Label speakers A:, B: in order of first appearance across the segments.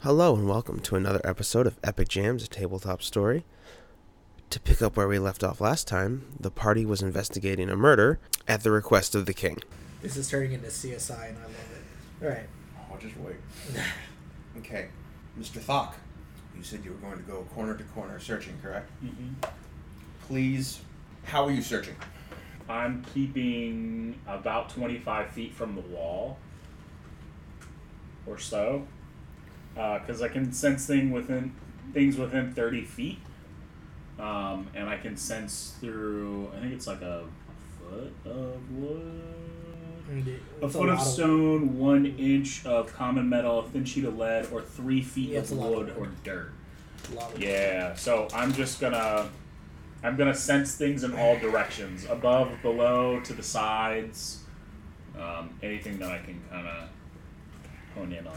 A: Hello and welcome to another episode of Epic Jams, a tabletop story. To pick up where we left off last time, the party was investigating a murder at the request of the king.
B: This is turning into CSI, and I love it. All right.
C: I'll Oh, just wait. okay, Mr. Thok, you said you were going to go corner to corner searching, correct?
D: Mhm.
C: Please, how are you searching?
D: I'm keeping about 25 feet from the wall or so because I can sense thing within things within 30 feet um, and I can sense through I think it's like a foot of wood
B: Mm,
D: a
B: it's
D: foot
B: lot
D: of stone one inch of common metal a thin sheet of lead or three feet
B: Yeah, it's
D: of
B: a lot of
D: wood
B: wood.
D: or dirt
B: a lot of-
D: yeah, so I'm just gonna I'm gonna sense things in all directions, above, below, to the sides, um, anything that I can kind of hone in on.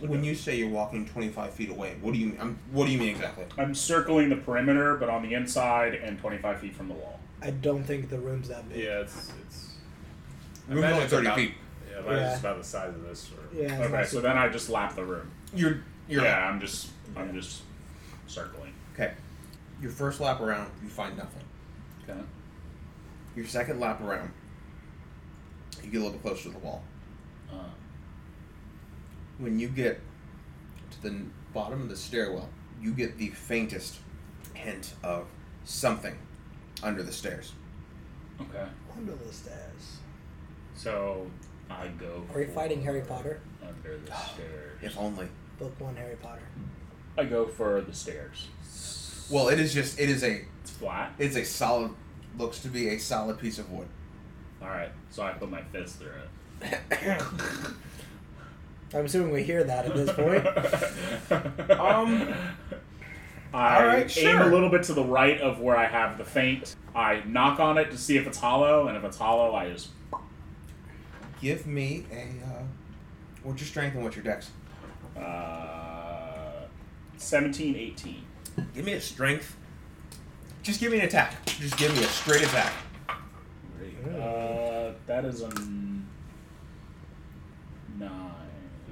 C: When you say you're walking 25 feet away, what do you I'm, what do you mean exactly?
D: I'm circling the perimeter, but on the inside and 25 feet from the wall.
B: I don't think the room's that big.
E: Yeah, it's it's. I
C: Room's
E: imagine
C: only
E: it's
C: 30
E: about-
C: feet.
E: Yeah, mine's
B: Yeah.
E: just about the size of this room.
B: Yeah. it's
D: Okay,
B: not
D: so
B: super-
D: then I just lap the room.
C: You're you're
D: Yeah, I'm just I'm just circling.
C: okay. Your first lap around, you find nothing.
D: Okay.
C: Your second lap around, you get a little bit closer to the wall.
D: Uh,
C: When you get to the n- bottom of the stairwell, you get the faintest hint of something under the stairs.
D: okay.
B: Under the stairs.
D: So I go.
B: Are you fighting
D: for
B: Harry Potter?
D: Under the stairs.
C: If only.
B: Book one, Harry Potter.
D: I go for the stairs.
C: Well, it is just it is a
D: It's flat.
C: it's a solid looks to be a solid piece of wood.
D: All right, so I put my fist through it.
B: I'm assuming we hear that at this point.
C: Um,
D: I
C: all right,
D: aim
C: sure.
D: a little bit to the right of where I have the faint. I knock on it to see if it's hollow, and if it's hollow, I just
C: Give me a uh, what's your strength and what's your dex?
D: uh, 17, 18.
C: Give me a strength. Just give me an attack. Just give me a straight attack.
D: Uh, that is a n- nine.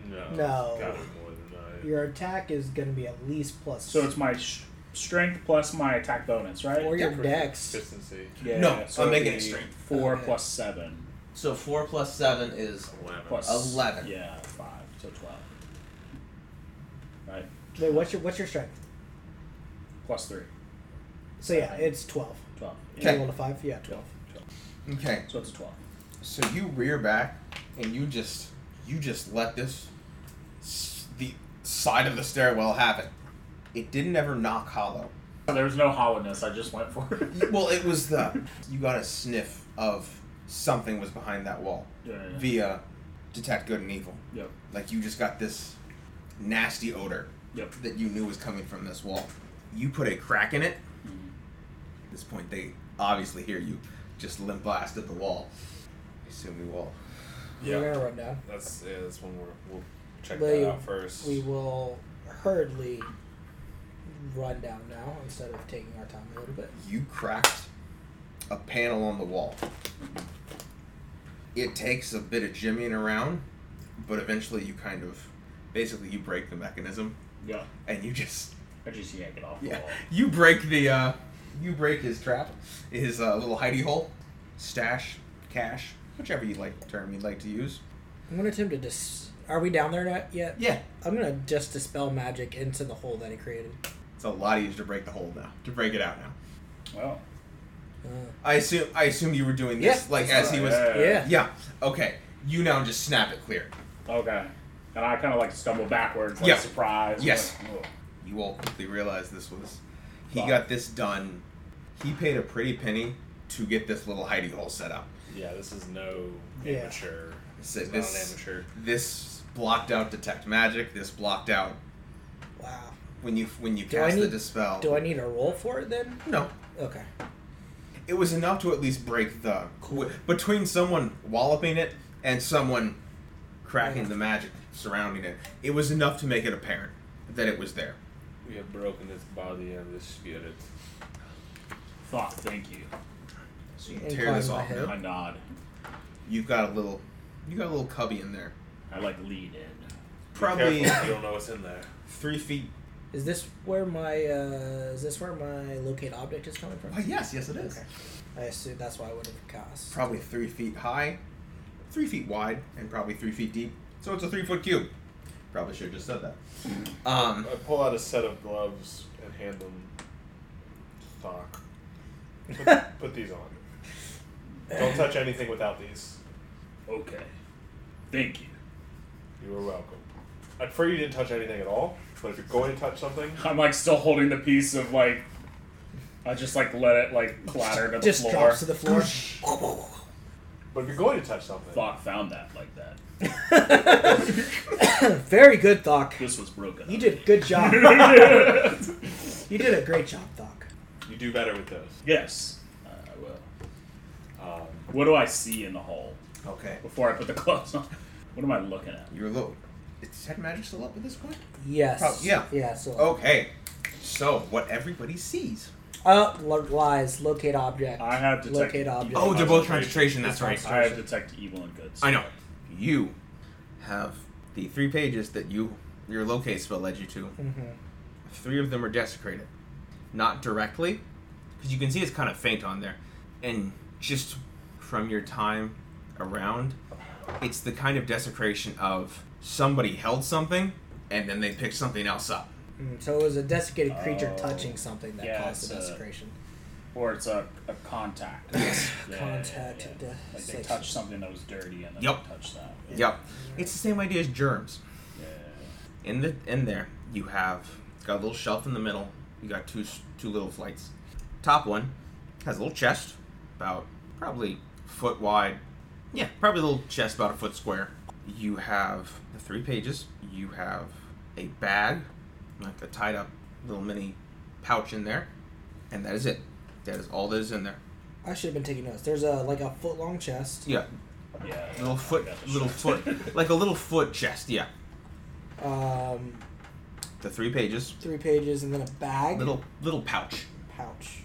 E: No.
B: No.
E: It's gotta be more than nine.
B: Your attack is going to be at least plus.
D: So it's my sh- strength plus my attack bonus, right?
B: or your
C: Yeah.
B: dex.
E: Consistency.
D: yeah,
C: No,
D: so
C: I'm
D: it'd
C: making it
D: be
C: strength.
D: Four
B: Okay.
D: plus seven
C: So four plus seven is
E: Eleven.
D: plus
C: Eleven.
D: Yeah, five, so twelve. Right,
B: Wait, what's your what's your strength?
D: plus three.
B: So yeah, it's twelve.
D: 12.
C: Okay.
B: Roll to five. Yeah, twelve.
C: okay.
D: So it's a 12.
C: So you rear back and you just you just let this s- the side of the stairwell happen. It didn't ever knock hollow.
D: There was no hollowness. I just went for it.
C: Well, it was the you got a sniff of something was behind that wall
D: Yeah, yeah.
C: via detect good and evil.
D: Yep.
C: Like you just got this nasty odor
D: Yep.
C: that you knew was coming from this wall. You put a crack in it.
D: Mhm.
C: At this point, they obviously hear you just limp blasted the wall. I assume the wall.
E: Yeah.
B: We're gonna run down.
E: That's yeah. That's one we're, we'll check
B: They-
E: that out first.
B: We will hurriedly run down now instead of taking our time a little bit.
C: You cracked a panel on the wall. It takes a bit of jimmying around, but eventually you kind of, basically, you break the mechanism
D: Yeah.
C: and you just
D: I just yank it off the
C: Yeah,
D: wall.
C: you break the uh, you break his trap, his uh, little hidey hole, stash, cash, whichever you like term you'd like to use.
B: I'm gonna attempt to dis. Are we down there not yet?
C: Yeah,
B: I'm gonna just dispel magic into the hole that he created.
C: it's a lot easier to break the hole now, to break it out now.
D: Well,
B: Uh,
C: I assume I assume you were doing this
B: Yeah,
C: like as he was.
D: yeah.
B: yeah.
C: Yeah. Okay. You now just snap it clear.
D: Okay. And I kind of like stumble backwards, like
C: Yeah.
D: surprised.
C: Yes.
D: like, oh, "Ugh."
C: You all quickly realize this was. He
D: Fuck.
C: got this done. He paid a pretty penny to get this little hidey hole set up.
E: yeah, this is no
B: Yeah.
E: amateur.
C: This,
E: This is not an
C: this,
E: amateur.
C: this blocked out detect magic. This blocked out
B: Wow.
C: when you when you
B: Do I
C: cast the
B: need-
C: dispel.
B: Do I need a roll for it then?
C: No,
B: Okay.
C: it was enough to at least break the between someone walloping it and someone cracking
B: Yeah.
C: the magic surrounding it. It was enough to make it apparent that it was there.
E: We have broken this body and this spirit.
D: Fuck, thank you.
C: So you
B: And
C: tear this
B: climb my
C: off.
B: head.
C: Now.
D: I nod.
C: You've got a little, you got a little cubby in there.
D: I like lean in.
C: probably
E: Careful, you don't know what's in there.
C: three feet.
B: Is this where my uh, is this where my locate object is coming from?
C: Oh, yes, yes, it is.
B: Okay. I assume that's why I would have cast.
C: Probably three feet high, three feet wide, and probably three feet deep. So it's a three foot cube. Probably should have just said that. Um,
E: I pull out a set of gloves and hand them to Doc. Put, put these on. Don't touch anything without these.
D: Okay. Thank you.
E: You are welcome. I pray you didn't touch anything at all, but if you're going to touch something,
D: I'm like still holding the piece of like. I just like let it like clatter to the
B: Just
D: floor.
B: drops to the floor.
E: but if you're going to touch something,
D: Fuck, found that like that.
B: Very good, Thok.
D: This was broken.
B: You did a good job. you did a great job, Thok.
E: you do better with those.
D: yes, uh, I will. Um, what do I see in the hole
C: okay.
D: before I put the gloves on? What am I looking at?
C: You're low. Is head magic still up at this point?
B: Yes.
C: Oh, yeah.
B: Yeah. So.
C: Okay. So, what everybody sees.
B: Uh, lo- lies. Locate object.
D: I have detect
B: locate
D: evil.
B: object.
C: Oh, they're both concentration, that's right.
D: I have detect evil and good.
C: I know. You have the three pages that you your locate spell led you to.
B: hmm
C: Three of them are desecrated, not directly, because you can see it's kind of faint on there, and just from your time around, it's the kind of desecration of somebody held something and then they picked something else up.
B: Mm, so it was a desiccated creature
D: Oh. uh,
B: touching something that
D: Yeah,
B: caused the
D: it's a-
B: desecration.
D: Or it's a, a contact. Yeah, yeah,
B: Contact
D: yeah.
B: de-
D: Like they
B: section.
D: touched something that was dirty and then
C: Yup.
D: they touched that.
C: Yep, it's the same idea as germs.
D: Yeah.
C: in the in there you have it's got a little shelf in the middle you got two s- two little flights top one has a little chest about probably foot wide yeah probably a little chest about a foot square you have the three pages you have a bag like a tied up little mini pouch in there and that is it that is all that is in there
B: I should have been taking notes. There's a like a foot long chest.
C: yeah
D: Yeah.
C: little foot
D: I got the
C: little
D: shot.
C: foot like a little foot chest yeah
B: Um,
C: the three pages
B: three pages and then a bag.
C: little little pouch
B: pouch.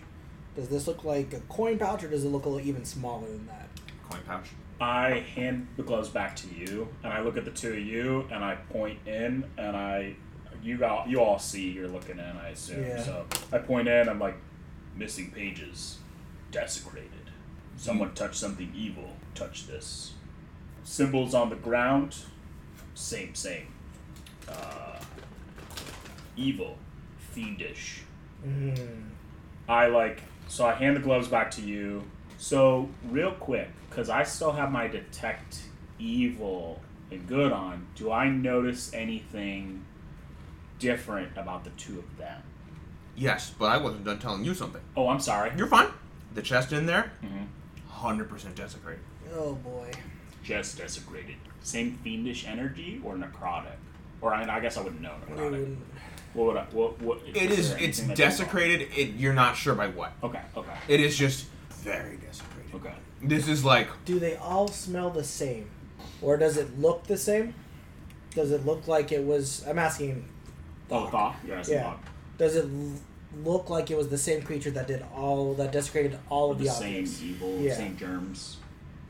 B: Does this look like a coin pouch, or does it look a little even smaller than that?
C: coin pouch
D: I hand the gloves back to you, and I look at the two of you, and I point in, and I, you all, you all see you're looking in, I assume.
B: Yeah.
D: So I point in. I'm like, missing pages, desecrated. Someone touched something evil. Touch this. Symbols on the ground. Same, same. Uh, evil, fiendish.
B: Mm.
D: I like so I hand the gloves back to you. So real quick, because I still have my detect evil and good on. Do I notice anything different about the two of them?
C: Yes, but I wasn't done telling you something.
D: Oh, I'm sorry.
C: You're fine. The chest in there,
D: Mhm.
C: 100% desecrated.
B: Oh boy.
D: Just desecrated. Same fiendish energy or necrotic? Or I mean, I guess I wouldn't know
B: We
D: necrotic.
B: wouldn't-
D: What would I? What? What?
C: It is.
D: there
C: It's
D: anything that's involved?
C: desecrated. It. You're not sure by what.
D: Okay. Okay.
C: It is just very desecrated.
D: Okay.
C: This is like
B: Do they all smell the same, or does it look the same? Does it look like it was? I'm asking.
D: Oh,
B: Thok.
D: thought. Yeah. it's a
B: Yeah.
D: thought.
B: Does it l- look like it was the same creature that did all that desecrated all of
D: The,
B: the,
D: same
B: objects?
D: evil.
B: Yeah.
D: Same germs.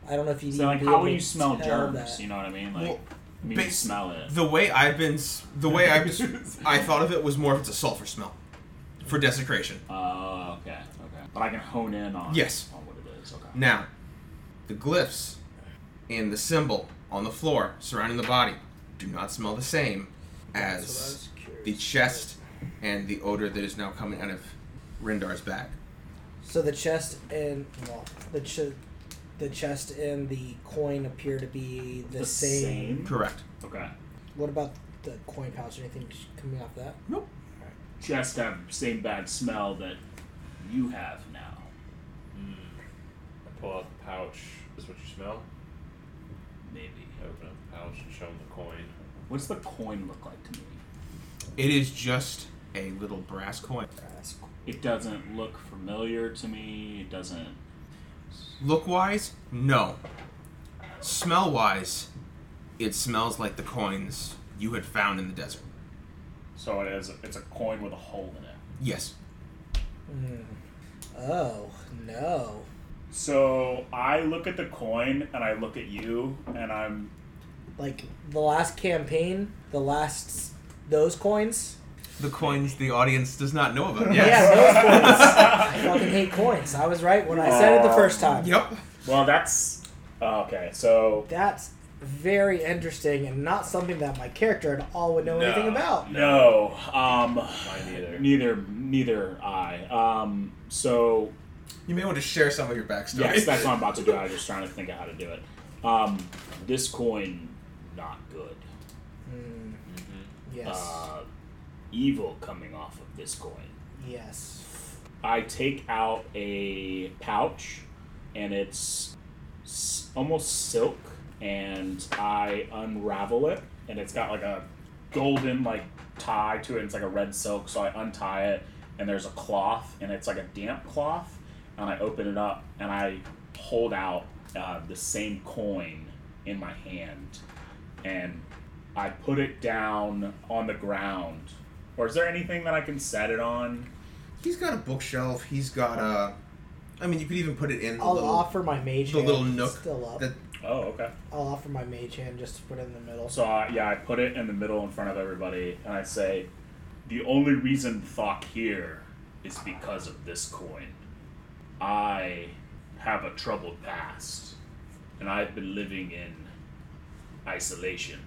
B: I don't know if you.
D: So like, how will you smell germs? You know what I mean? Like,
C: Well,
D: I mean, you
C: bas-
D: smell it.
C: the way I've been. s- The way I was. I thought of it was more of it's a sulfur smell, for desecration.
D: Oh, okay, okay. But I can hone in on
C: Yes.
D: on what it is. Okay.
C: Now, the glyphs and the symbol on the floor surrounding the body do not smell the same as the chest and the odor that is now coming out of Rindar's bag.
B: So the chest and well, the ch- the chest and the coin appear to be the, same.
C: Correct.
D: Okay.
B: What about the coin pouch? Anything coming off that?
C: Nope.
D: Just have same bad smell that you have now.
E: I pull out the pouch. Is what you smell?
D: Maybe.
E: I open up the pouch and show him the coin.
D: What's the coin look like to me?
C: It is just a little brass coin.
B: That's cool.
D: It doesn't look familiar to me. It doesn't.
C: Look wise, no. Smell wise, it smells like the coins you had found in the desert.
D: So it is. It's a coin with a hole in it.
C: Yes.
B: Mm. Oh no!
D: So I look at the coin and I look at you and I'm
B: Like the last campaign, the last those coins.
A: The coins the audience does not know about.
B: Yeah,
A: Yes.
B: I fucking hate coins. I was right when I said it the first time.
A: Yep.
D: Well, that's okay. So
B: That's very interesting and not something that my character at all would know
F: No.
B: anything about.
D: no, um,
F: Mine neither.
D: neither neither I. Um, so
A: You may want to share some of your backstory.
D: Yes, that's what I'm about to do. I was just trying to think of how to do it. Um, this coin, not good.
A: Mm-hmm.
B: Mm, yes.
D: Uh, evil coming off of this coin.
B: yes.
D: I take out a pouch, and it's s- almost silk, and I unravel it, and it's got like a golden like tie to it. and It's like a red silk, so I untie it, and there's a cloth, and it's like a damp cloth, and I open it up, and I hold out uh, the same coin in my hand, and I put it down on the ground. Or is there anything that I can set it on?
A: He's got a bookshelf. He's got a. I mean, you could even put it in the
B: I'll
A: little.
B: offer my mage
A: the
B: hand.
A: little
B: It's
A: nook
B: Still up.
A: that-
D: Oh, okay.
B: I'll offer my mage hand just to put it in the middle.
D: So I yeah, I put it in the middle in front of everybody, and I say, "The only reason Thok here is because of this coin. I have a troubled past, and I've been living in isolation.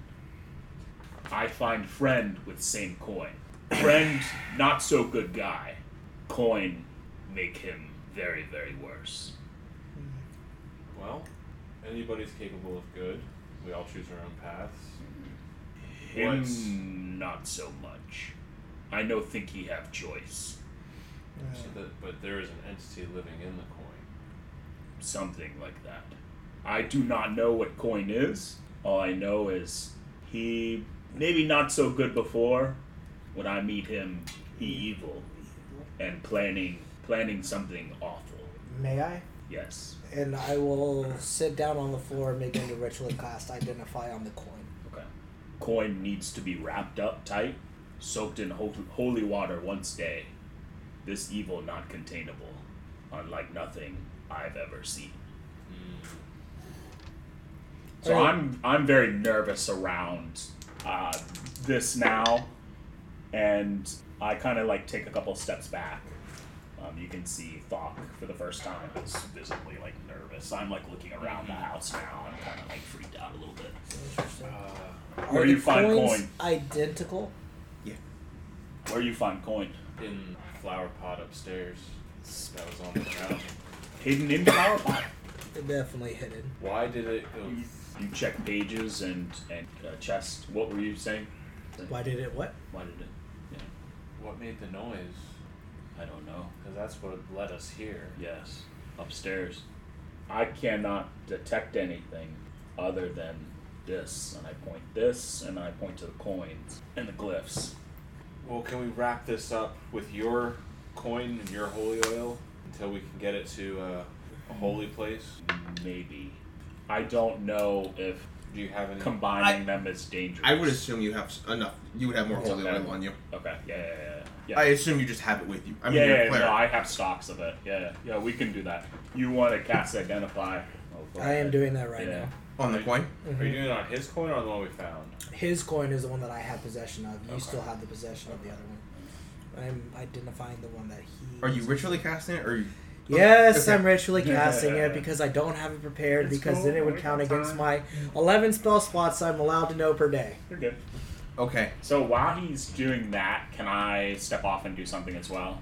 D: I find friend with same coin. Friend, not so good guy. Coin, make him very very worse.
F: Well, anybody's capable of good. We all choose our own paths.
D: Him,
F: What's-
D: not so much. I no think he have choice."
F: So that, but there is an entity living in the coin.
D: something like that. I do not know what coin is. All I know is he maybe not so good before. When I meet him, he evil and planning planning something awful.
B: May I?
D: Yes.
B: And I will sit down on the floor and begin to ritually cast identify on the coin.
D: Okay. Coin needs to be wrapped up tight, soaked in hol- holy water once day. This evil not containable, unlike nothing I've ever seen. So
B: Alright.
D: I'm I'm very nervous around uh, this now, and I kind of like take a couple steps back. Um, you can see Thok for the first time is visibly like nervous. I'm like looking around the house now. I'm kind of like freaked out a little bit.
B: Interesting.
F: Uh,
D: Where
B: Are
D: you
B: the
D: find
B: coins
D: coin?
B: Identical.
D: Where you find coin?
F: in flower pot upstairs. That was on the ground.
D: Hidden in the power pot.
B: They're definitely hidden.
F: Why did it go?
D: You, you check pages and and uh, chest. What were you saying?
B: Why did it what?
D: Why did it? Yeah,
F: What made the noise?
D: I don't know.
F: Because that's what led us here.
D: Yes, upstairs. I cannot detect anything other than this, and I point this, and I point to the coins and the glyphs.
F: Well, can we wrap this up with your coin and your holy oil until we can get it to uh, a holy place?
D: Maybe. I don't know if
F: Do you have any?
D: combining them is dangerous.
A: I would assume you have s- enough. You would have more holy
D: Okay.
A: oil on you.
D: Okay. Yeah. Yeah. Yeah. yeah.
A: I assume you just have it with you. I mean,
D: yeah,
A: you're
D: yeah,
A: a
D: yeah,
A: cleric.
D: no, I have stocks of it. Yeah, yeah, we can do that. You want to cast identify? Oh, go
B: I am
D: ahead.
B: doing that right
D: Yeah.
C: On the coin?
F: Are you doing it on his coin or on the one we found?
B: now. His coin is the one that I have possession of. You
F: Okay.
B: still have the possession of the other one. I'm identifying the one that he.
C: Are you ritually casting it or are you
B: Yes,
C: Okay.
B: I'm ritually
D: Yeah.
B: casting it because I don't have it prepared
D: It's
B: because
D: cool.
B: then it would
D: We
B: count
D: got
B: against
D: time.
B: my 11 spell slots I'm allowed to know per day.
D: You're good.
C: Okay.
D: So while he's doing that, can I step off and do something as well?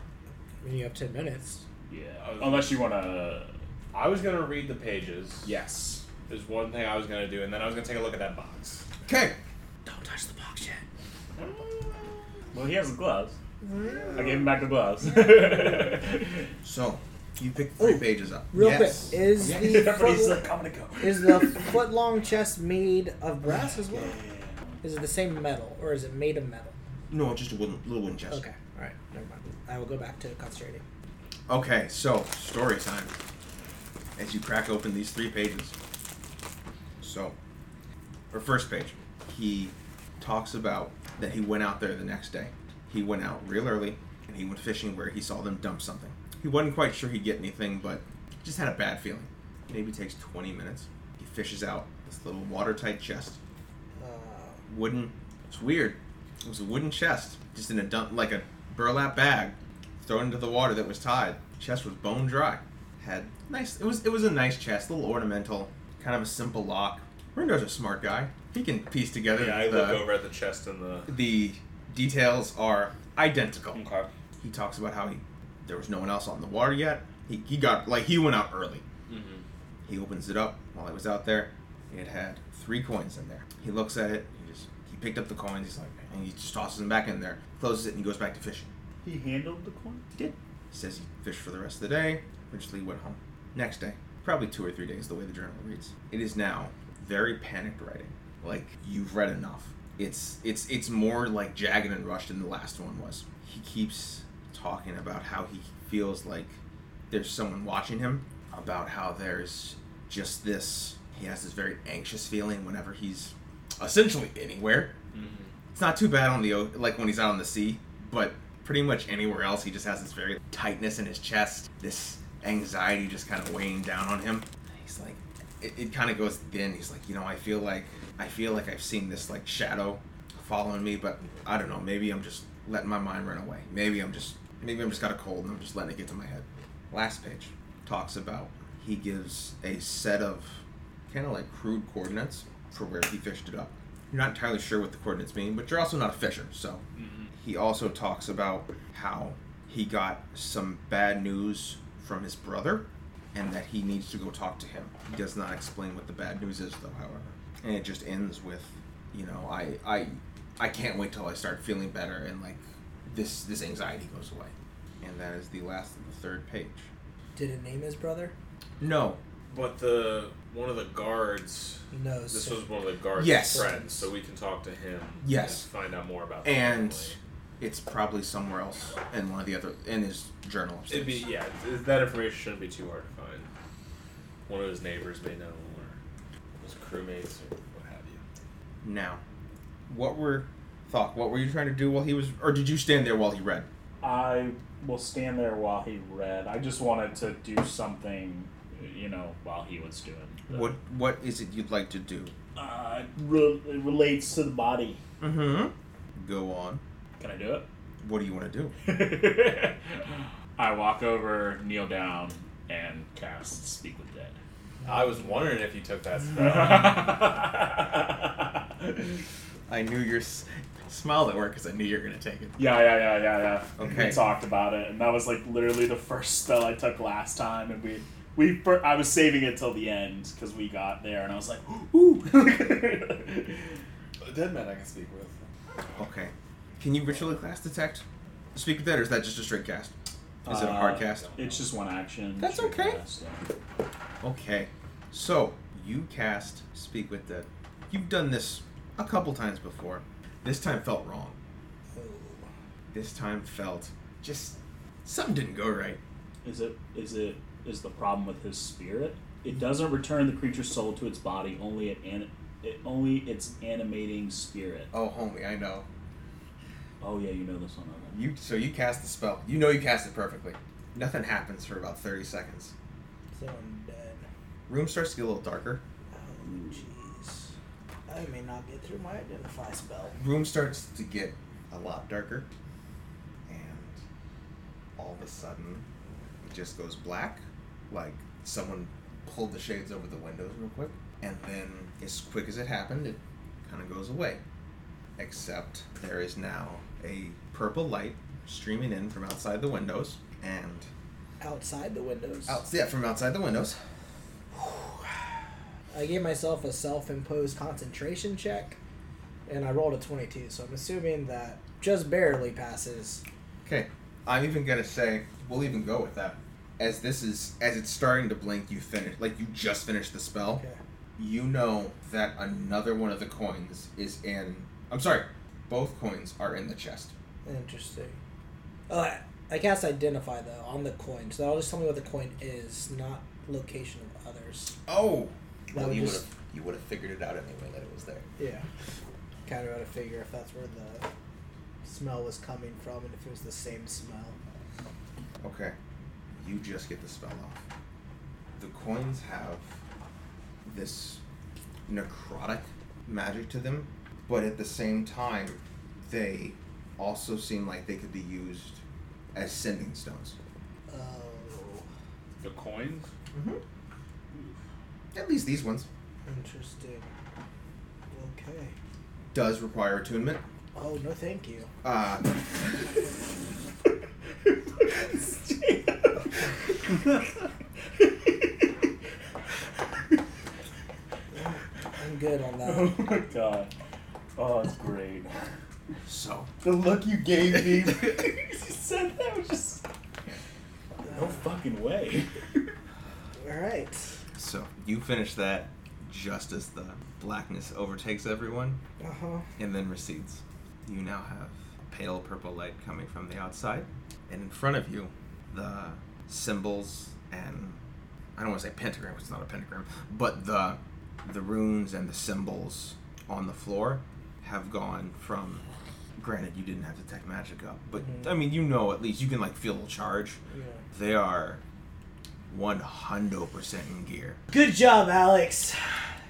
B: I mean, you have 10 minutes.
D: Yeah. Unless you want to.
F: I was gonna read the pages.
D: Yes.
F: There's one thing I was gonna do, and then I was gonna take a look at that box.
C: Okay.
B: Don't touch the box yet.
D: Well, he has the gloves. I gave him back the gloves.
C: So you pick three
B: Ooh,
C: pages up.
B: Real
C: yes.
B: quick, is
C: Yes.
B: the
D: Everybody's
B: foot,
D: like, I'm gonna go.
B: is the foot long chest made of brass as well? Is it the same metal or is it made of metal?
C: No, just a wooden, little wooden chest.
B: Okay, all right, never mind. I will go back to concentrating.
C: Okay, so story time. As you crack open these three pages. So, or first page, he talks about that he went out there the next day. He went out real early and he went fishing where he saw them dump something. He wasn't quite sure he'd get anything, but just had a bad feeling. Maybe takes 20 minutes. He fishes out this little watertight chest, wooden. It's weird. It was a wooden chest, just in a dump, like a burlap bag, thrown into the water that was tied. Chest was bone dry. Had nice. It was. It was a nice chest, little ornamental, kind of a simple lock. Rendo's a smart guy. He can piece together.
E: Yeah, I
C: the,
E: look over at the chest and the.
C: The details are identical.
E: Okay.
C: He talks about how he there was no one else on the water yet. He, he got like he went out early.
E: Mm-hmm.
C: He opens it up while I was out there. It had three coins in there. He looks at it. He just he picked up the coins. He's like, and he just tosses them back in there, closes it, and he goes back to fishing.
D: He handled the coin.
C: He did. Says he fished for the rest of the day. Eventually went home. Next day, probably two or three days. The way the journal reads, it is now very panicked writing. Like you've read enough. It's it's it's more like jagged and rushed than the last one was. He keeps talking about how he feels like there's someone watching him. About how there's just this. He has this very anxious feeling whenever he's essentially anywhere
E: Mm-hmm.
C: it's not too bad on the o- like when he's out on the sea, but pretty much anywhere else he just has this very tightness in his chest, this anxiety just kind of weighing down on him. He's like, it, it kind of goes thin. He's like, you know, I feel like I feel like I've seen this like shadow following me, but I don't know. Maybe I'm just letting my mind run away. Maybe I'm just maybe I'm just got a cold and I'm just letting it get to my head. Last page talks about he gives a set of kind of like crude coordinates for where he fished it up. You're not entirely sure what the coordinates mean, but you're also not a fisher, so he also talks about how he got some bad news from his brother and that he needs to go talk to him. He does not explain what the bad news is though, however. And it just ends with, you know, I I I can't wait till I start feeling better and like this this anxiety goes away. And that is the last of the third page.
B: Did it name his brother?
C: No.
E: But the one of the guards.
B: No.
E: This
B: Oh, so-
E: was one of the guards'
C: Yes.
E: friends, so we can talk to him.
C: Yes.
E: And find out more about. the
C: And
E: family.
C: it's probably somewhere else in one of the other in his journal upstairs.
E: it'd be yeah, th- that information shouldn't be too hard to find. One of his neighbors may know, or his crewmates, or what have you.
C: Now, what were Thok? What were you trying to do while he was, or did you stand there while he read?
D: I will stand there while he read. I just wanted to do something, you know, while he was doing. the-
C: What What is it you'd like to do?
D: Uh, re- it relates to the body.
C: Mm-hmm. Go on.
D: Can I do it?
C: What do you want to do?
D: I walk over, kneel down, and cast Speak with Dead.
E: I was wondering if you took that spell.
D: yeah,
C: I knew your s- smile at work because I knew you were gonna take it.
D: yeah, yeah, yeah, yeah.
C: Okay.
D: We talked about it, and that was like literally the first spell I took last time, and we. We, fir- I was saving it till the end because we got there, and I was like, "Ooh!"
F: A dead man I can speak with.
C: Okay. Can you ritually class detect? Speak with that, or is that just a straight cast? Is it a hard
D: Uh,
C: cast?
D: It's just one action.
C: That's
D: Should
C: okay.
D: cast, yeah.
C: Okay. So you cast Speak with Dead. You've done this a couple times before. This time felt wrong.
B: Oh,
C: This time felt just something didn't go right.
D: Is it? Is it? Is the problem with his spirit? It doesn't return the creature's soul to its body. Only it, an, it only its animating spirit.
C: Oh, homie, I know.
D: Oh yeah, you know this one. Okay.
C: You so you cast the spell. You know you cast it perfectly. Nothing happens for about thirty seconds.
B: so I'm dead.
C: Room starts to get a little darker.
B: Oh jeez. I may not get through my identify spell.
C: Room starts to get a lot darker, and all of a sudden, it just goes black, like someone pulled the shades over the windows real quick. And then, as quick as it happened, it kind of goes away. Except there is now a purple light streaming in from outside the windows, and
B: Outside the windows.
C: out yeah, from outside the windows.
B: I gave myself a self-imposed concentration check, and I rolled a twenty-two. So I'm assuming that just barely passes.
C: Okay, I'm even gonna say we'll even go with that. As this is as it's starting to blink, you finish like you just finished the spell.
B: Okay.
C: You know that another one of the coins is in. I'm sorry, both coins are in the chest.
B: Interesting. Uh, I cast identify though on the coin, so that'll just tell me what the coin is, not location of others.
C: Oh, well,
B: would
C: you would
B: just-
C: have you would have figured it out anyway that it was there.
B: Yeah. Kind of got to figure if that's where the smell was coming from and if it was the same smell.
C: Okay, you just get the spell off. The coins have this necrotic magic to them but at the same time, they also seem like they could be used as sending stones.
B: Oh.
E: The coins?
C: Mm-hmm. At least these ones.
B: Interesting. Okay.
C: Does require attunement.
B: Oh, no thank you.
C: Uh,
B: I'm good on that.
D: oh my god. Oh, that's great.
C: so
D: The look you gave me. you said that was just. No fucking way.
B: Alright.
C: so you finish that just as the blackness overtakes everyone
B: Uh huh.
C: and then recedes. You now have pale purple light coming from the outside, and in front of you, the symbols and I don't want to say pentagram, it's not a pentagram, but the the runes and the symbols on the floor have gone from. Granted, you didn't have to detect magic up, but
B: Mhm.
C: I mean, you know, at least you can like feel the charge.
B: Yeah.
C: They are one hundred percent in gear.
B: Good job, Alex.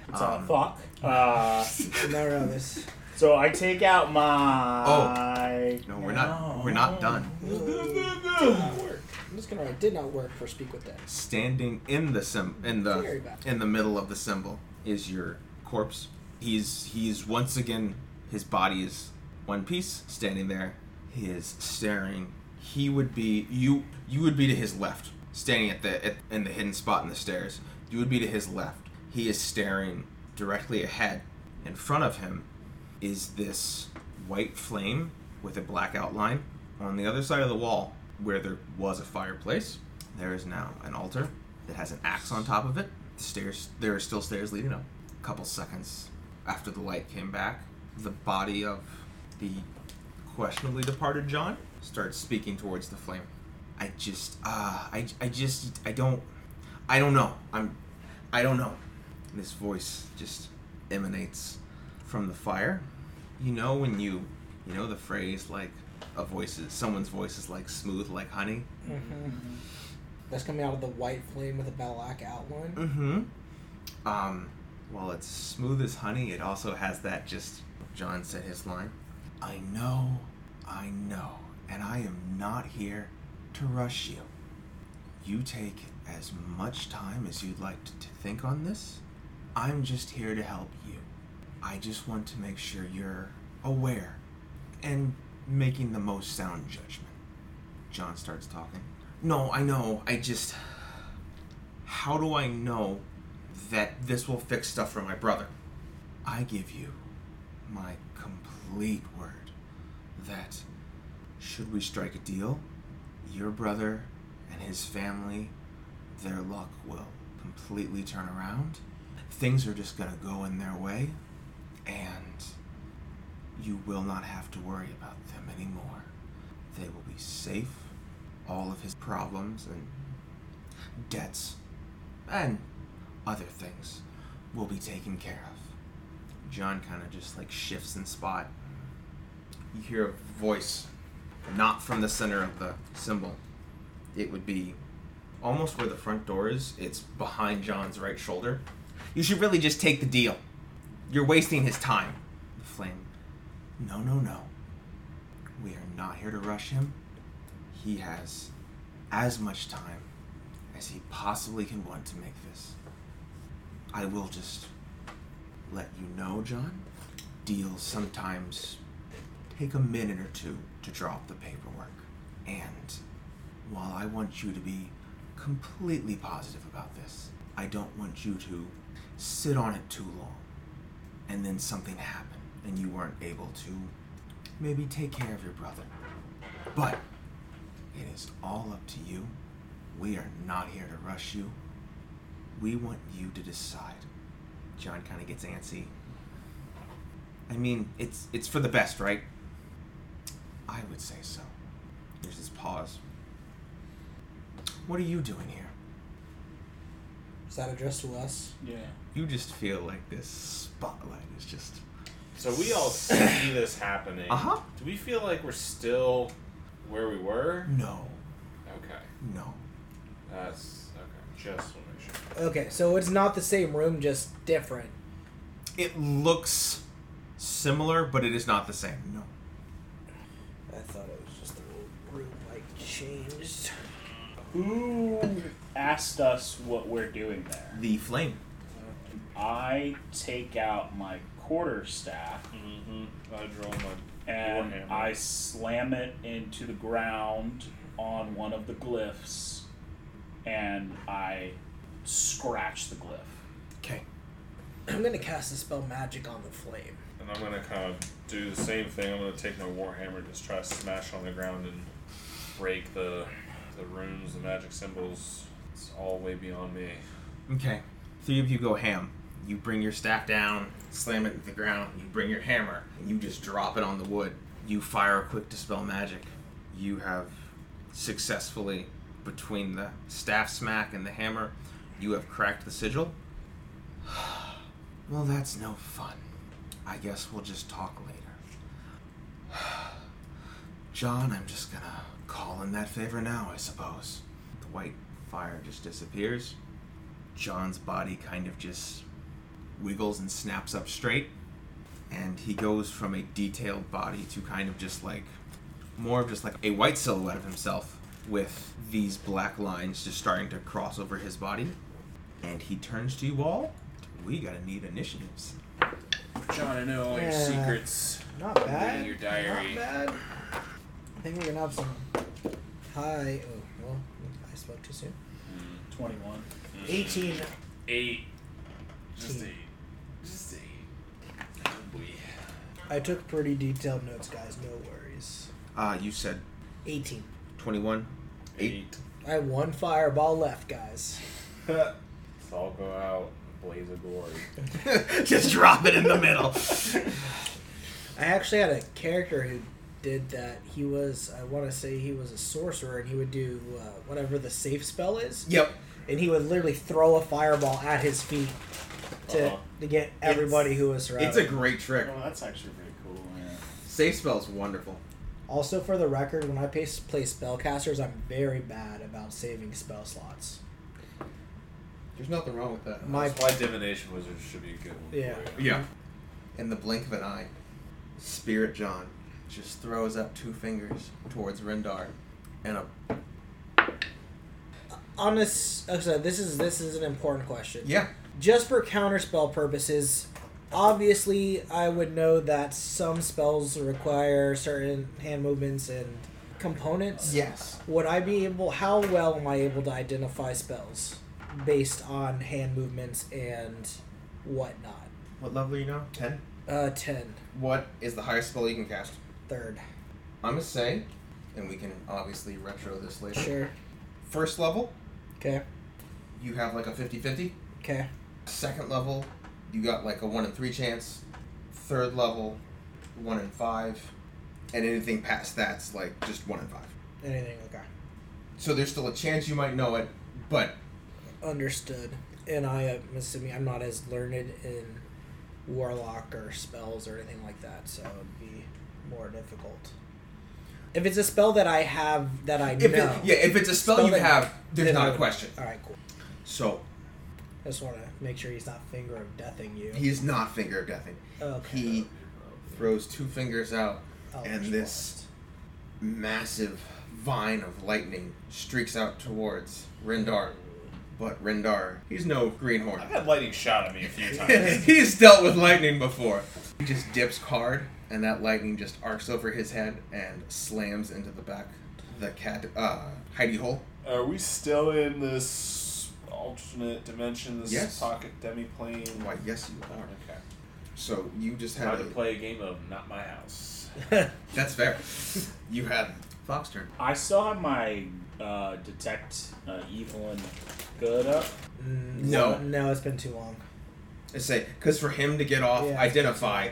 D: It's
C: Um,
D: fuck. Uh,
B: No nervous.
D: so I take out my.
C: Oh. No, we're not. We're not done.
B: I'm just gonna write. Did not work for speak with that.
C: standing in the sim- in
B: Very
C: the
B: bad.
C: in the middle of the symbol is your corpse. He's he's once again his body is one piece standing there. He is staring. He would be you you would be to his left, standing at the at, in the hidden spot in the stairs. You would be to his left. He is staring directly ahead. In front of him is this white flame with a black outline. On the other side of the wall, where there was a fireplace, there is now an altar that has an axe on top of it. The stairs there are still stairs leading up. A couple seconds after the light came back, the body of the questionably departed John starts speaking towards the flame. I just uh I, I just I don't I don't know. I'm I don't know. This voice just emanates from the fire. You know when you you know the phrase like a voice is someone's voice is like smooth like honey.
B: That's coming out of the white flame with a black outline.
C: Mm-hmm. Um, while it's smooth as honey, it also has that just John said his line. I know, I know, and I am not here to rush you. You take as much time as you'd like to, to think on this. I'm just here to help you. I just want to make sure you're aware and making the most sound judgment. John starts talking. No, I know. I just how do I know that this will fix stuff for my brother? I give you my complete word that should we strike a deal, your brother and his family, their luck will completely turn around. Things are just going to go in their way, and you will not have to worry about them anymore. They will be safe. All of his problems and debts, and other things will be taken care of. John kind of just like shifts in spot. You hear a voice, not from the center of the symbol. It would be almost where the front door is, it's behind John's right shoulder. You should really just take the deal. You're wasting his time. The flame. No, no, no. We are not here to rush him. He has as much time as he possibly can want to make this. I will just let you know, John. Deals sometimes take a minute or two to draw up the paperwork. And while I want you to be completely positive about this, I don't want you to sit on it too long and then something happened and you weren't able to maybe take care of your brother. But it is all up to you. We are not here to rush you. We want you to decide. John kind of gets antsy. I mean, it's it's for the best, right? I would say so. There's this pause. What are you doing here?
B: Is that addressed to us?
D: Yeah.
C: You just feel like this spotlight is just
E: So we all see this happening.
C: Uh-huh.
E: Do we feel like we're still where we were?
C: no,
E: Okay.
C: no.
E: That's okay. Just want to make sure.
B: Okay, so it's not the same room, just different.
C: It looks similar, but it is not the same. No.
B: I thought it was just the whole room like changed.
D: Who asked us what we're doing there?
C: The flame.
D: I take out my quarter staff
E: Mm-hmm. I draw my
D: and
E: Warhammer.
D: I slam it into the ground on one of the glyphs and I scratch the glyph.
C: Okay.
B: I'm gonna cast a spell magic on the flame.
E: And I'm gonna kind of do the same thing. I'm gonna take my warhammer, and just try to smash on the ground and break the the runes, the magic symbols. It's all way beyond me.
C: Okay. Three of you go ham. You bring your staff down, slam it into the ground. You bring your hammer, and you just drop it on the wood. You fire a quick dispel magic. You have successfully, between the staff smack and the hammer, you have cracked the sigil. well, that's no fun. I guess we'll just talk later. John, I'm just gonna call in that favor now, I suppose. The white fire just disappears. John's body kind of just wiggles and snaps up straight. And he goes from a detailed body to kind of just like more of just like a white silhouette of himself with these black lines just starting to cross over his body. And he turns to you all. We gotta need initiatives.
E: John, I know all
B: your
E: your
B: Yeah.
E: secrets.
B: Not bad.
E: your
B: Not
E: diary.
B: bad. I think we're gonna have some high. Oh well, I spoke too soon.
D: 21.
B: Eighteen.
E: Mm. Eight.
B: Just
E: Just
B: eight.
E: eight. Just eight.
B: I took pretty detailed notes, guys. No worries.
C: Uh, you said
B: Eighteen.
C: 21.
E: Eight.
B: I have one fireball left, guys.
G: Let's all go out, in a blaze of glory.
C: just drop it in the middle.
B: I actually had a character who did that. He was, I want to say, he was a sorcerer, and he would do uh, whatever the safe spell is,
C: yep.
B: and he would literally throw a fireball at his feet to
E: Uh-huh.
B: to get everybody who
H: It's
B: was
H: a
B: surrounded.
H: great trick.
D: Well, Oh, that's actually pretty cool. Yeah.
C: Safe spell's wonderful.
B: also, for the record, when I play, play spellcasters, I'm very bad about saving spell slots.
C: There's nothing wrong with that.
B: My
E: That's why divination wizards should be a good one.
B: Yeah.
E: for you.
C: Yeah. In the blink of an eye, Spirit John just throws up two fingers towards Rendar, and a
B: on this, oh, so this is this is an important question.
C: yeah.
B: just for counterspell purposes, obviously I would know that some spells require certain hand movements and components.
C: Yes.
B: Would I be able how well am I able to identify spells based on hand movements and whatnot?
C: What level are you now? Ten.
B: Uh ten.
C: What is the highest spell you can cast?
B: Third.
C: I'm gonna say, and we can obviously retro this later.
B: Sure.
C: First level,
B: Okay.
C: you have like a 50-50.
B: Okay.
C: Second level, you got like a one in three chance. Third level, one in five, and anything past that's like just one in five.
B: Anything okay.
C: So there's still a chance you might know it, but
B: Understood. And I am assuming I'm not as learned in warlock or spells or anything like that, so it'd be more difficult. If it's a spell that I have that I
C: If
B: know.
C: it, yeah, if it's a spell
B: Spell
C: you
B: that-
C: have, there's
B: then
C: not
B: I
C: a
B: would-
C: question.
B: All right, cool.
C: So
B: I just want to make sure he's not finger of deathing you.
C: he is not finger of deathing.
B: okay. Oh,
C: He throws two fingers out,
B: I'll
C: and this massive vine of lightning streaks out towards Rendar. But Rendar, he's no greenhorn.
E: I've had lightning shot at me a few times.
C: he's dealt with lightning before. He just dips hard, and that lightning just arcs over his head and slams into the back the cat uh, hidey hole.
G: Are we still in this alternate dimension, this
C: Yes.
G: pocket demiplane?
C: Why, yes, you are.
G: Okay.
C: So you just
E: Time
C: had
E: to
C: a
E: play a game of Not My House.
B: response.
C: That's fair. You had Fox turn.
D: I still have my uh, detect uh, evil and good up.
B: Mm,
C: No.
B: No, it's been too long.
C: I say, because for him to get off,
B: Yeah.
C: identify,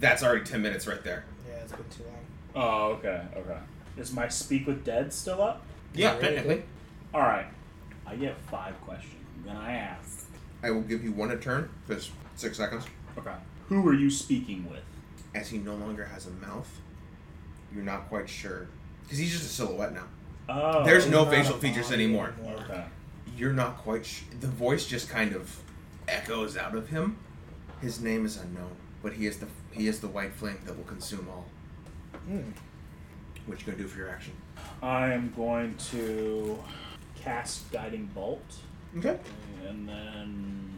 C: that's already 10 minutes right there.
B: Yeah, it's been too long.
D: Oh, okay, okay. Is my speak with dead still up?
B: Yeah, technically.
D: All right. I get five questions. Then I ask.
C: I will give you one a turn for s- six seconds.
D: Okay. Who are you speaking with?
C: As he no longer has a mouth, you're not quite sure. Because he's just a silhouette now.
D: Oh.
C: There's no
B: Not
C: facial
B: a
C: features
B: body
C: anymore.
D: Okay.
C: You're not quite sh- The voice just kind of echoes out of him. His name is unknown. but he is the he is the white flame that will consume all.
B: Hmm.
C: What you gonna do for your action?
D: I am going to cast Guiding Bolt,
C: Okay.
D: and then.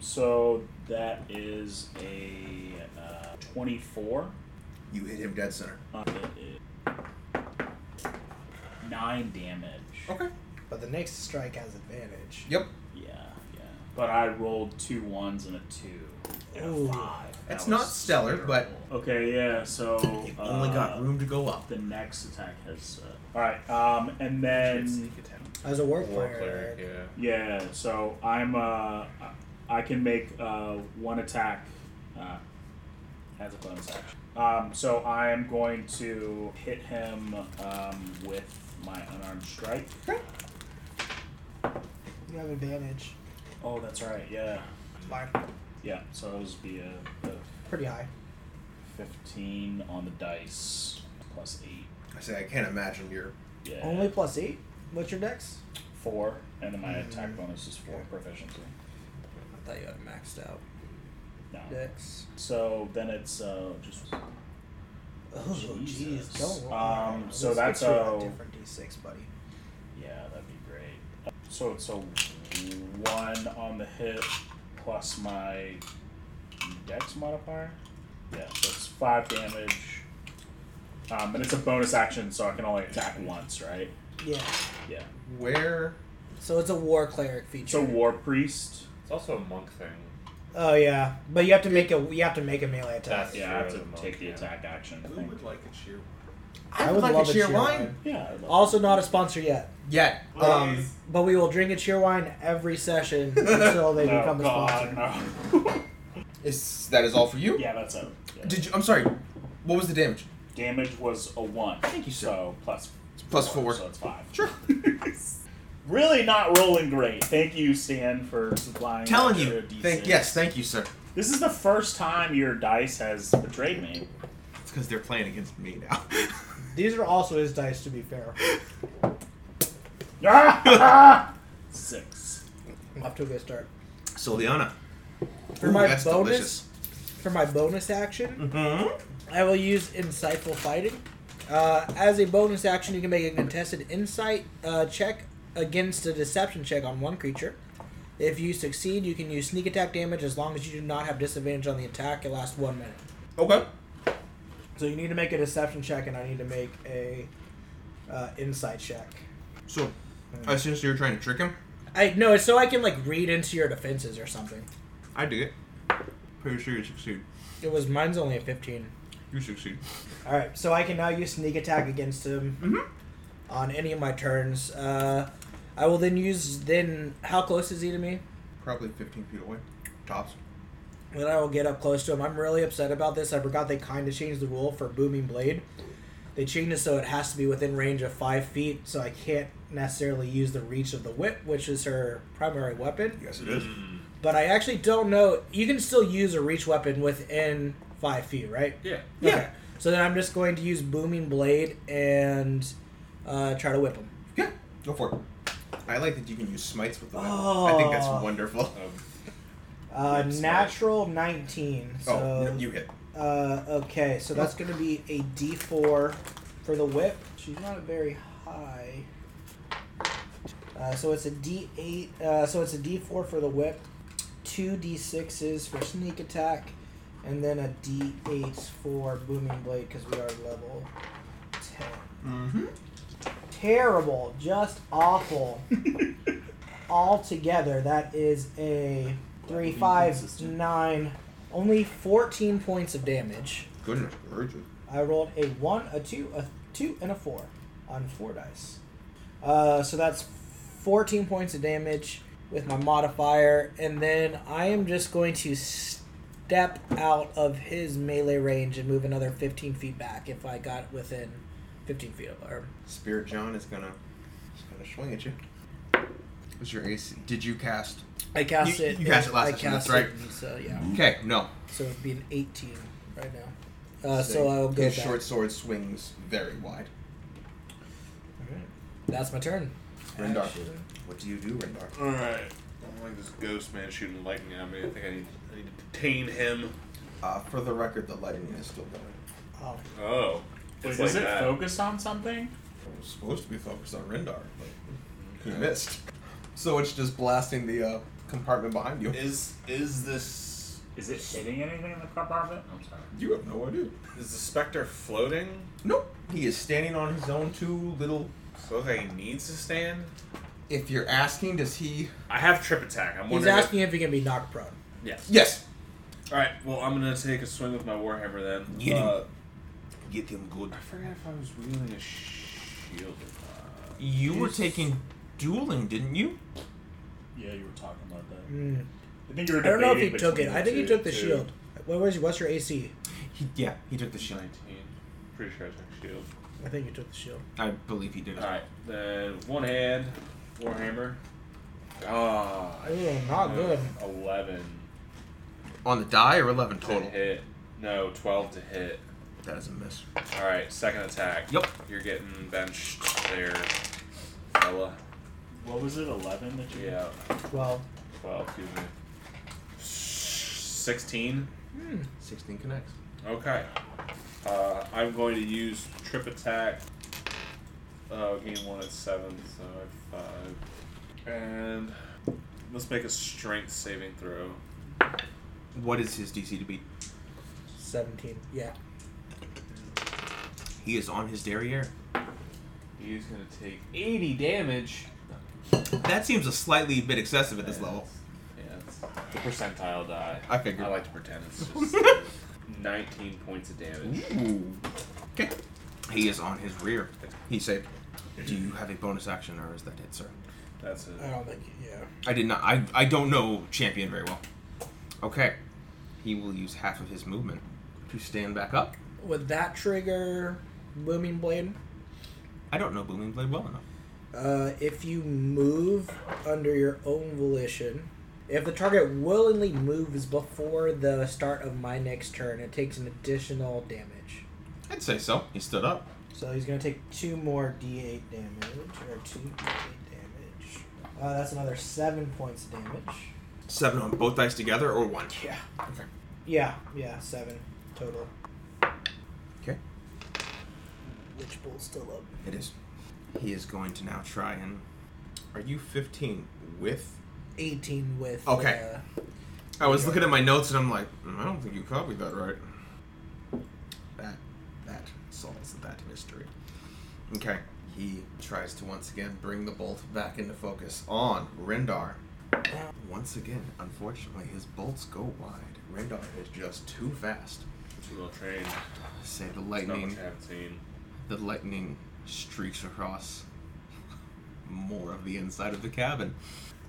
D: So that is a uh, 24.
C: You hit him dead center.
D: Uh, it- it- nine damage.
C: Okay.
B: But the next strike has advantage.
C: Yep.
D: Yeah, yeah. But I rolled two ones and a two and
B: Ooh.
D: a five. That
C: That's not
D: was
C: stellar, but-
D: terrible. okay, yeah. So
C: You only
D: uh,
C: got room to go up.
D: The next attack has. Uh, all right, um, and
F: Hmm.
D: then
B: As a warp
E: War
B: player,
E: cleric,
B: Eric,
E: yeah.
D: yeah, so I'm uh, I- I can make uh, one attack uh, as a bonus action. Um, so I am going to hit him um, with my unarmed strike.
B: you have advantage.
D: Oh, that's right. Yeah,
B: It's fine.
D: yeah. So it would be a, a
B: Pretty high.
D: 15 on the dice plus 8
C: I say I can't imagine your
D: yeah
B: Only plus eight. What's your dex?
D: 4 and then my
B: Mhm.
D: attack bonus is 4 proficiency
B: I thought you had maxed out
D: no
B: dex.
D: so then it's uh just
B: Oh
D: Jesus.
B: jeez, don't roll.
D: Um,
B: that.
D: so
B: Let's
D: that's
B: get you a
D: a-
B: different d6, buddy.
D: yeah that'd be great so it's a 1 on the hit plus my dex modifier yeah so it's 5 damage um, and it's a bonus action so I can only attack once right
B: Yeah.
D: yeah
C: where
B: So it's a war cleric feature.
D: it's a war priest
E: It's also a monk thing.
B: Oh yeah, but you have to make a you have to make a melee attack.
E: That's-
D: yeah I have
E: Sure,
D: to
E: the monk,
D: take the
E: yeah.
D: attack action I
F: Who
D: think.
F: would like a cheer?
B: I would love a cheer wine.
D: yeah I love
B: Also not a sponsor yet,
C: yet. Um,
F: Please.
B: but we will drink a cheer wine every session until they
D: No,
B: become a
D: Oh, God,
B: sponsor.
D: no.
C: is that is all for you?
D: yeah, that's it. Yeah.
C: Did you? I'm sorry. What was the damage?
D: Damage was a one. Thank
C: you, sir.
D: So plus
C: Plus four.
D: so it's five.
C: Sure.
D: really not rolling great. Thank you, Stan, for supplying.
C: Telling
D: extra
C: you. Thank
D: D6.
C: yes, thank you, sir.
D: This is the first time your dice has betrayed me.
C: It's because they're playing against me now.
B: These are also his dice, to be fair.
D: Six.
B: Off to a good start.
C: so Liana.
B: For
C: Ooh,
B: my
C: that's
B: bonus,
C: delicious.
B: for my bonus action,
C: hmm
B: I will use insightful fighting. Uh, as a bonus action, you can make a contested insight uh, check against a deception check on one creature. If you succeed, you can use sneak attack damage as long as you do not have disadvantage on the attack. It lasts one minute.
C: Okay.
B: So you need to make a deception check, and I need to make a uh, insight check.
C: So
D: Hmm.
C: I since you're trying to trick him,
B: I no, it's so I can like read into your defenses or something.
C: I dig it. Pretty sure you succeed.
B: It was mine's only a fifteen.
C: You succeed.
B: All right, so I can now use sneak attack against him on any of my turns. Uh, I will then use then how close is he to me?
C: Probably 15 feet away, tops.
B: Then I will get up close to him. I'm really upset about this. I forgot they kind of changed the rule for booming blade. They changed it so it has to be within range of five feet, so I can't necessarily use the reach of the whip, which is her primary weapon.
C: Yes, it is.
B: But I actually don't know. You can still use a reach weapon within five feet, right?
E: Yeah.
C: Yeah.
B: Okay. So then I'm just going to use booming blade and uh, try to whip him.
C: Yeah, go for it. I like that you can use smites with the whip. I think that's
B: Oh.
C: wonderful.
B: Uh,
E: Whip smash.
B: natural 19. So
C: oh, no, you hit.
B: Uh, okay, so that's going to be a D4 for the whip. She's not very high. Uh, so it's a D8. Uh, so it's a D4 for the whip, two D6s for sneak attack, and then a D8 for booming blade because we are level ten.
C: Mm-hmm.
B: Terrible, just awful. Altogether, that is a three,
D: Be
B: five,
D: consistent.
B: nine, only fourteen points of damage.
C: Goodness gracious.
B: I rolled a one, a two, a two, and a four on four dice. Uh, so that's fourteen points of damage with my modifier, and then I am just going to step out of his melee range and move another fifteen feet back if I got within fifteen feet of her.
C: Spirit John is gonna, is gonna swing at you. What's your ace? Did you cast?
B: I cast
C: You-
B: it.
C: you cast it last
B: I
C: session, that's
B: cast
C: right.
B: it, so yeah,
C: Okay, no.
B: so it'd be an eighteen right now. Uh, so I'll go
C: His
B: back. Ah,
C: short sword swings very wide.
B: Alright. That's my turn.
C: Rendar,
B: Action.
C: what do you do, Rendar?
E: Alright. I don't like this ghost man shooting lightning at me. I think I need, I need to detain him.
I: Uh, for the record, the lightning is still going.
B: Oh,
E: Oh.
D: Wait,
E: It's
D: is
E: like
D: it
E: that.
D: focused on something?
I: It was supposed to be focused on Rendar, but he missed. So it's just blasting the uh, compartment behind you.
E: Is is this
D: Is it hitting anything in the compartment? I'm sorry.
I: You have no idea.
E: is the specter floating?
I: Nope. He is standing on his own two little.
E: So like he needs to stand.
I: If you're asking, does he?
E: I have trip attack. I'm
B: he's
E: wondering. if-
B: asking if he can be knocked prone.
E: yes.
I: Yes.
E: All right. Well, I'm gonna take a swing with my warhammer then.
I: Get him.
E: Uh,
I: Get him good.
E: I forgot if I was wielding a shield or not.
C: You were taking dueling, didn't you?
D: Yeah, you were talking about that.
C: Hmm.
B: Mm.
D: I think you were.
B: I don't know if he
D: debating
B: took it.
D: between
B: I think he
D: two,
B: took the
D: too.
B: shield. What was what's your AC?
C: He, yeah, he took the shield.
E: 19. Pretty sure I took shield.
B: I think you took the shield.
C: I believe he did.
E: All right. Then one hand warhammer. Ah.
B: Ooh, not good.
E: Eleven
C: On the die or 11
E: to
C: total?
E: hit. No, twelve to hit.
C: That is a miss.
E: All right, second attack.
C: Yep.
E: You're getting benched there, fella.
D: What was it? Eleven that you.
E: Yeah,
B: Well,
E: twelve. Excuse me. Sixteen.
C: 16 connects.
E: Okay. Uh, I'm going to use trip attack. Uh, gain one at seven, so I have five. And let's make a strength saving throw.
C: What is his DC to beat?
B: seventeen. Yeah.
C: He is on his derriere.
E: He's gonna take eighty damage.
C: That seems a slightly bit excessive at this level.
E: Yeah, it's the percentile die.
C: I figured.
E: I like to pretend it's just nineteen points of damage.
C: Ooh. Okay. He is on his rear. He saved. Do you have a bonus action or is that it, sir?
E: That's it.
B: I don't think. Yeah.
C: I did not. I, I don't know champion very well. Okay. He will use half of his movement to stand back up.
B: Would that trigger booming blade?
C: I don't know Booming Blade well enough.
B: Uh, if you move under your own volition, if the target willingly moves before the start of my next turn, it takes an additional damage.
C: I'd say so. He stood up.
B: So he's gonna take two more D8 damage, or two D8 damage. Uh, that's another seven points of damage.
C: Seven on both dice together or one?
B: Yeah.
C: Okay.
B: Yeah, yeah, seven total.
C: Okay.
B: Witch Bull's still up.
C: It is. He is going to now try and. Are you 15 with?
B: 18 with.
C: Okay.
B: Uh,
C: I was looking at my notes and I'm like, "Mm, I don't think you copied that right. That that solves that mystery. Okay. He tries to once again bring the bolt back into focus on Rendar. Once again, unfortunately, his bolts go wide. Rendar is just too fast.
E: It's a little train.
C: Say the
E: It's not
C: lightning
E: much I haven't seen.
C: the lightning streaks across more of the inside of the cabin.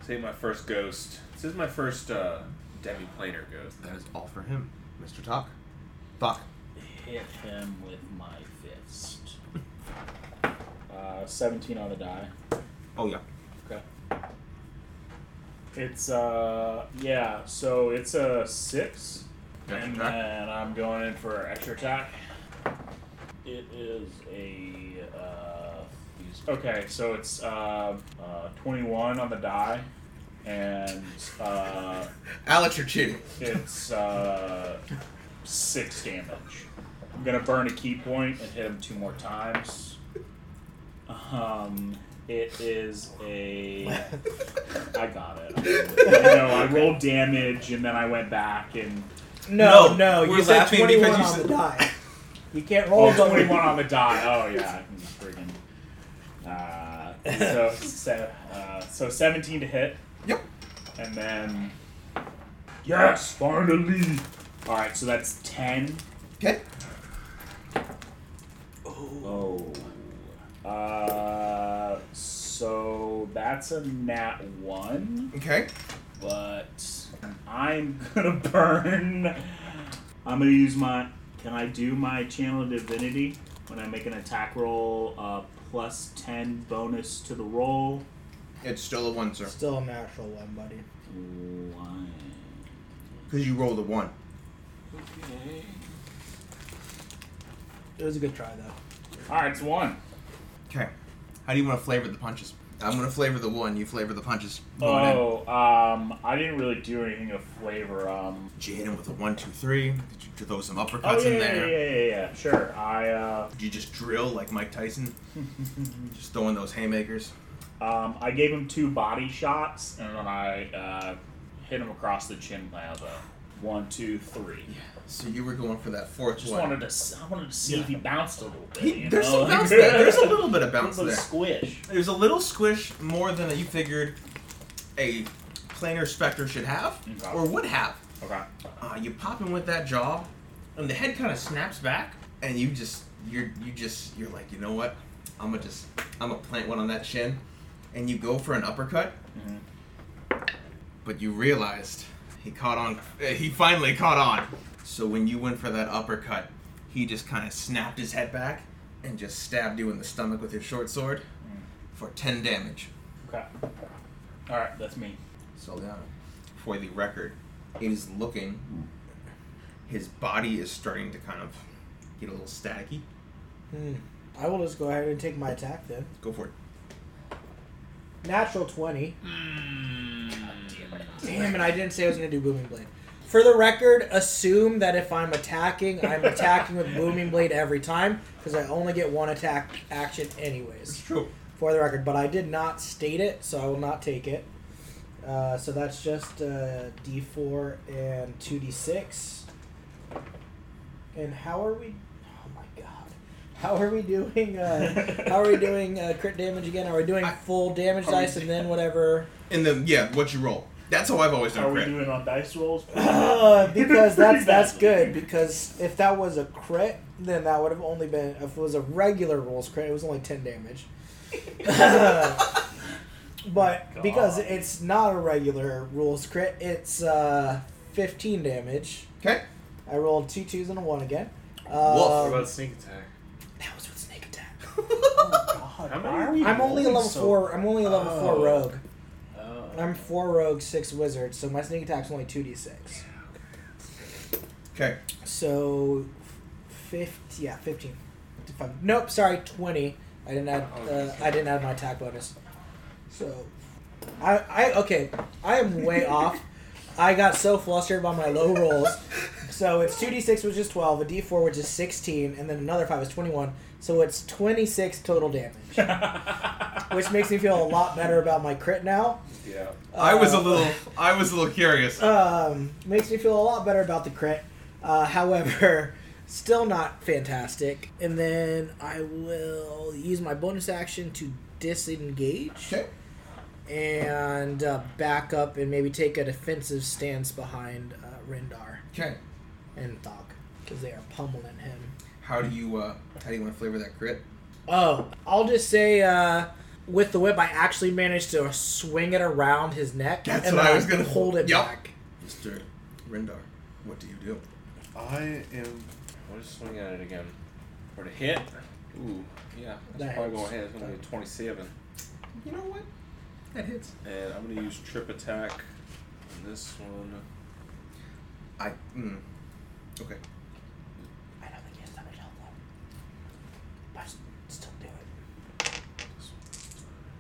E: Take my first ghost. This is my first uh, demi-planar ghost.
C: That is all for him. Mr. Talk. Talk.
D: Hit him with my fist. Uh, seventeen on the die.
C: Oh yeah.
D: Okay. It's uh yeah, so it's a six,
C: Extra
D: and uh,
C: attack?
D: then I'm going in for extra attack. It is a uh, okay, so it's uh, uh, twenty one on the die, and uh,
I: Alex, you're cheating.
D: it's uh, six damage. I'm gonna burn a key point and hit him two more times. Um, it is a I got it. no, I rolled damage and then I went back and
B: no,
C: No,
B: no,
C: we're
B: you said
C: laughing
B: 21
C: because
B: on
C: you said-
B: the die. You can't roll
D: oh,
B: above
D: 21 on the die. Oh yeah, I can friggin'. Uh, so se- uh, so 17 to hit.
I: Yep.
D: And then yes, finally. All right, so that's 10.
I: Okay.
D: Oh. Uh, so that's a nat one.
I: Okay.
D: but I'm gonna burn. I'm gonna use my. Can I do my channel divinity when I make an attack roll? Uh, plus ten bonus to the roll.
I: It's still a one, sir.
B: Still a natural one, buddy.
D: One.
I: Because you rolled a one.
B: It was a good try, though.
D: All right, it's one.
C: Okay. How do you want to flavor the punches? I'm gonna flavor the one. You flavor the punches. Going in.
D: Oh, um, I didn't really do anything of flavor. Um,
C: Did you hit him with a one, two, three? Did you throw some uppercuts
D: oh yeah,
C: in
D: yeah,
C: there?
D: yeah, yeah, yeah, yeah. Sure. I uh,
C: Did you just drill like Mike Tyson? just throwing those haymakers.
D: um, I gave him two body shots, and then I uh, hit him across the chin with a one, two, three.
C: So you were going for that fourth
D: Just
C: one.
D: wanted to, s- I wanted to see if he bounced a little bit.
C: He-
D: you
C: there's
D: know?
C: some bounce there. There's a little bit of bounce
D: little
C: there.
D: squish.
C: There's a little squish more than you figured a planar specter should have
D: Okay.
C: or would have.
D: Okay.
C: Uh, you pop him with that jaw, and the head kind of snaps back, and you just you're you just you're like, you know what? I'm gonna just I'm gonna plant one on that shin, and you go for an uppercut,
D: Mhm.
C: but you realized he caught on. eh, He finally caught on. So when you went for that uppercut, he just kind of snapped his head back and just stabbed you in the stomach with his short sword for ten damage.
D: Okay. All right, that's me.
C: Soldano. For the record, is looking. His body is starting to kind of get a little staticky.
B: Hmm. I will just go ahead and take my attack then.
C: Go for it.
B: Natural 20.
D: Damn it.
B: Damn it, I didn't say I was going to do Booming Blade. For the record, assume that if I'm attacking, I'm attacking with Booming Blade every time because I only get one attack action, anyways.
C: true.
B: For the record, but I did not state it, so I will not take it. Uh, so that's just uh, D4 and 2D6. And how are we? Oh my god! How are we doing? Uh, how are we doing uh, crit damage again? Are we doing
C: I-
B: full damage
D: Are we-
B: dice and then whatever?
C: And then yeah, what you roll. That's how I've always
D: How Are
C: done
D: we
C: crit.
D: doing on dice rolls?
B: Uh, because that's
D: Pretty
B: that's
D: badly.
B: good. Because if that was a crit, then that would have only been if it was a regular rolls crit, it was only ten damage. but
D: God.
B: because it's not a regular rules crit, it's uh, fifteen damage.
C: Okay.
B: I rolled two twos and a one again.
C: Woof.
E: What
B: Um,
E: about sneak attack?
B: that was with snake attack.
D: God,
E: How many-
D: why are we
B: I'm only a
D: rolling
B: level
D: so-
B: four. I'm only a level
E: Oh.
B: four rogue.
E: Oh.
B: I'm four rogue, six wizard. So my sneak attack's only two d six.
C: Okay.
B: So, fifty. Yeah, fifteen. If I'm- Nope. Sorry, twenty. I didn't add. Uh, I didn't add my attack bonus. So, I. I okay. I am way off. I got so flustered by my low rolls. So it's two d six, which is twelve, a d four, which is sixteen, and then another five is twenty one. So it's twenty six total damage, which makes me feel a lot better about my crit now.
E: Yeah.
C: I was a
B: Uh,
C: little Uh. I was a little curious.
B: um, makes me feel a lot better about the crit. Uh, however, still not fantastic. And then I will use my bonus action to disengage
C: Okay.
B: and uh, back up and maybe take a defensive stance behind uh, Rendar
C: Okay.
B: and Thok because they are pummeling him.
C: How do you uh how do you want to flavor that crit?
B: Oh, I'll just say uh, with the whip, I actually managed to swing it around his neck.
C: That's
B: and
C: what
B: then
C: I was gonna-
B: hold it
C: Yep.
B: back.
C: Mr. Rendar, what do you do?
E: I am. I want to swing at it again. For the hit. Ooh, yeah. That's
B: That
E: probably going
B: helps.
E: to hit. It's going to be a 27.
C: You know what? That hits.
E: And I'm going to use trip attack. on This one.
C: I mm, Okay.
B: I don't think he has that much health left. But s- still do it.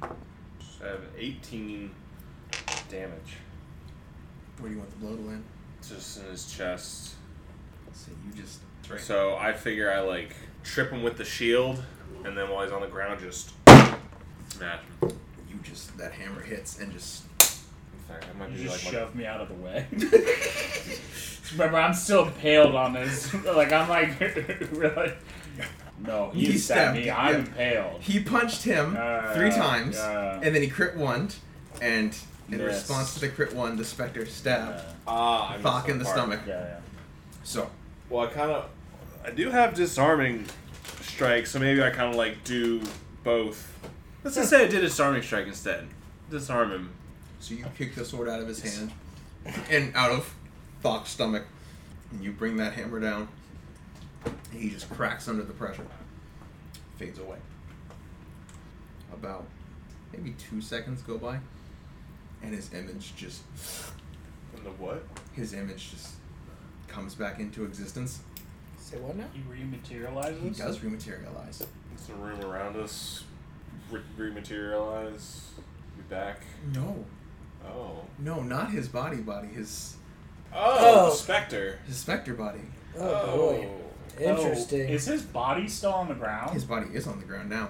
E: So I have 18 damage.
C: Where do you want the blow to land?
E: Just in his chest.
C: So you just right.
E: So I figure I like trip him with the shield, and then while he's on the ground, just smash him.
C: you just that hammer hits and just
E: In fact, I might
D: You
E: be
D: just
E: like my
D: shoved me out of the way. Remember, I'm still impaled on this. like, I'm like, really? No, he,
C: He
D: stabbed,
C: stabbed
D: me.
C: you,
D: I'm
C: yeah.
D: impaled.
C: He punched him
D: Uh,
C: three times,
D: uh.
C: and then he crit one, and in
D: Yes.
C: response to the crit one, the specter stabbed
D: Uh,
E: ah I missed
C: Thok in
E: that
C: the
E: part.
C: stomach.
D: yeah, yeah.
C: So
E: Well, I kind of I do have disarming strike, so maybe I kind of like do both. Let's just say I did disarming strike instead. Disarm him.
C: So you kick the sword out of his hand and out of Thok's stomach, and you bring that hammer down. And he just cracks under the pressure, fades away. About maybe two seconds go by, and his image just
E: And the what?
C: his image just comes back into existence.
B: Say what now?
D: He
C: He
D: rematerializes?
C: does rematerialize.
E: It's a room around us. re- rematerialize? Be back?
C: No,
E: Oh.
C: no, not his body, body, his
E: Oh,
B: Oh.
E: the Spectre.
C: his specter body.
B: Oh, boy. Interesting.
D: Oh, is his body still on the ground?
C: His body is on the ground now.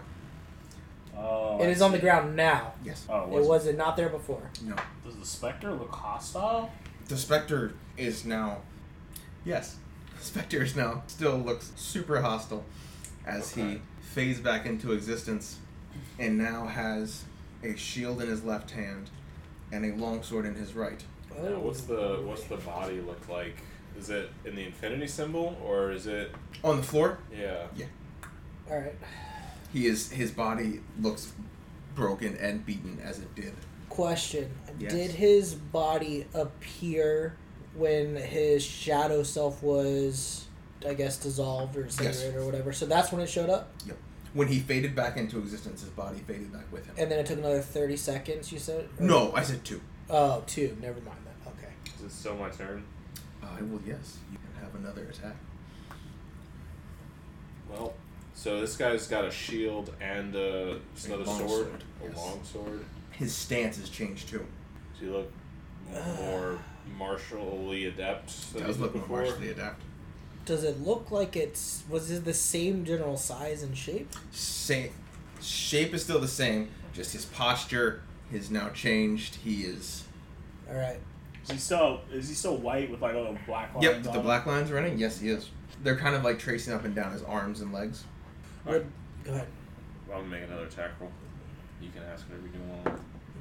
D: oh,
B: it
D: I
B: is on the
D: see.
B: ground now.
C: Yes.
D: Oh,
B: It
D: was
B: was it not there before.
C: No.
D: Does the specter look hostile?
C: The specter is now. Yes. The specter is now still looks super hostile as he
E: Okay.
C: fades back into existence and now has a shield in his left hand and a long sword in his right.
B: Oh.
E: Now, what's the what's the body look like? Is it in the infinity symbol or is it
C: On the floor,
E: yeah?
B: All right.
C: he is his body looks broken and beaten as it did.
B: Question:
C: Yes.
B: Did his body appear when his shadow self was, I guess, dissolved or incinerated or whatever? So that's when it showed up,
C: When he faded back into existence, his body faded back with him.
B: and then it took another thirty seconds. You said Or-
C: No, I said two.
B: Oh, two. Never mind that. Okay.
E: Is it still my turn?
C: I will, Uh, yes. You can have another attack.
E: Well, so this guy's got a shield and uh, just
C: A
E: another
C: long
E: sword,
C: sword,
E: a
C: yes.
E: long sword.
C: His stance has changed too.
E: Does he look more martially adept? Than
C: Does
E: he
C: look
E: looked
C: more
E: before?
C: martially adept.
B: Does it look like it's was it the same general size and shape?
C: same shape is still the same just his posture is now changed he is
B: All right.
D: Is he still is he still white with like a little black lines
C: yep with
D: on
C: the
D: him?
C: black lines running yes he is they're kind of like tracing up and down his arms and legs
E: Alright.
B: Go ahead.
E: Well, I'm gonna make another attack roll. You can ask whatever you want.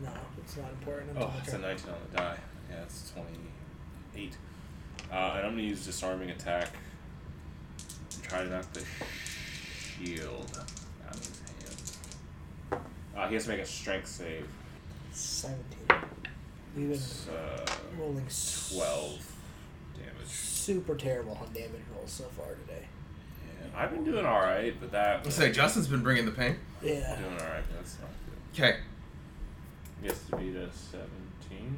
B: No, it's not important. I'm
E: Oh,
B: talking.
E: it's a 19 on the die. Yeah, it's 28. Uh, and I'm going to use disarming attack. and Try to knock the shield out of his hand. Uh, he has to make a strength save.
B: Seventeen. We've been
E: It's, uh,
B: rolling s-
E: 12 damage.
B: Super terrible on damage rolls so far today.
E: Yeah, I've been doing alright, but that.
C: say justin's been bringing the pain
B: Yeah.
E: Doing alright, but that's not good.
C: okay
E: He has to beat a 17.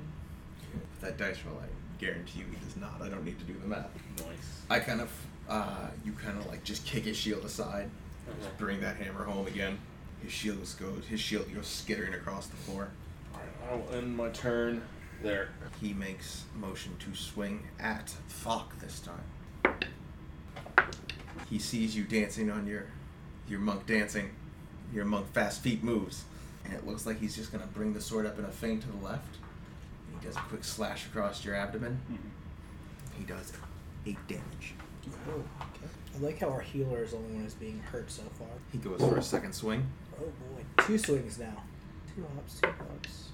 C: that dice roll i guarantee you he does not i don't need to do the math
E: Nice.
C: i kind of uh, you kind of like just kick his shield aside just bring that hammer home again his shield just goes his shield goes skittering across the floor
E: Alright, I will end my turn there.
C: he makes motion to swing at Falk this time. He sees you dancing on your your monk dancing. Your monk fast feet moves. And it looks like he's just gonna bring the sword up in a feint to the left. He does a quick slash across your abdomen. He does eight damage.
B: Oh, okay. I like how our healer is the only one who's being hurt so far.
C: He goes for a second swing.
B: Oh boy, two swings now. Two hops, two hops.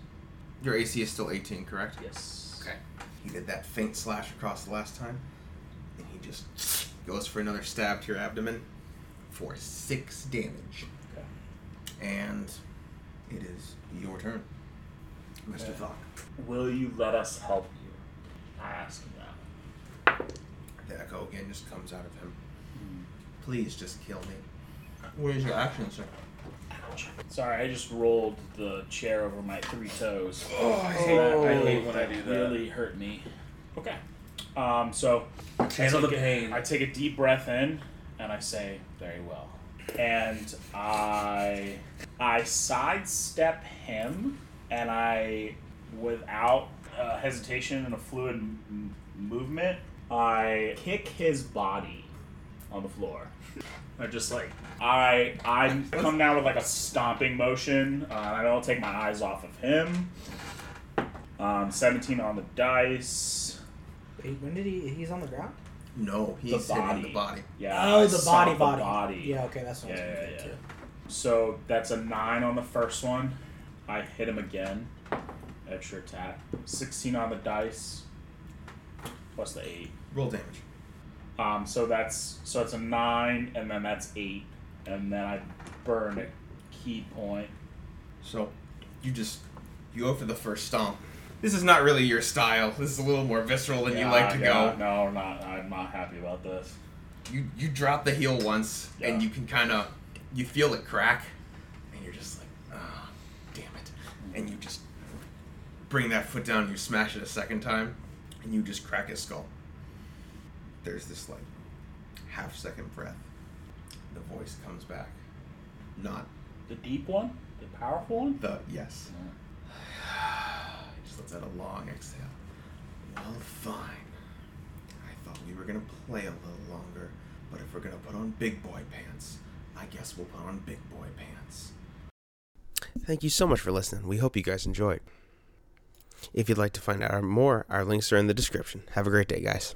C: Your AC is still 18, correct?
D: Yes.
C: Okay. He did that faint slash across the last time, and he just goes for another stab to your abdomen for six damage.
D: Okay.
C: And it is your turn, Mr.
D: Okay.
C: Thok.
D: Will you let us help you? I ask him that.
C: The echo again just comes out of him. Hmm. Please just kill me. What is your action, sir?
D: Sorry, I just rolled the chair over my three toes.
C: Oh, I
E: hate- I hate when I do that.
D: Really hurt me. Okay. Um, so
E: Handle
D: I
E: the
D: take a-
E: pain.
D: I take a deep breath in and I say, "Very well." And I I sidestep him and I without uh, hesitation and a fluid m- movement, I kick his body on the floor. I just like I I come down with like a stomping motion. Uh, and I don't take my eyes off of him. Um, 17 on the dice.
B: Wait, when did he? He's on the ground.
C: No, he's hitting the
D: body.
C: body.
D: Yeah. I
B: oh, the
D: saw
B: body,
D: the
B: body,
D: body.
B: Yeah, okay, that's what I
D: Yeah,
B: was
D: yeah,
B: thinking
D: yeah. So that's a nine on the first one. I hit him again. Extra attack. 16 on the dice. Plus the eight.
C: Roll damage.
D: Um, so that's so it's a nine, and then that's eight, and then I burn a key point.
C: So, you just you go for the first stomp. This is not really your style. This is a little more visceral than you
D: Yeah,
C: like to go.
D: yeah, No, I'm not. I'm not happy about this.
C: you you drop the heel once
D: Yeah.
C: and you can kind of you feel it crack and you're just like ah damn it and you just bring that foot down you smash it a second time and you just crack his skull there's this like half second breath the voice comes back not
D: The deep one. The powerful one?
C: The yes. He just lets out a long exhale. Well, fine. I thought we were gonna play a little longer, but if we're gonna put on big boy pants, I guess we'll put on big boy pants. Thank you so much for listening. We hope you guys enjoyed. If you'd like to find out more, our links are in the description. Have a great day, guys.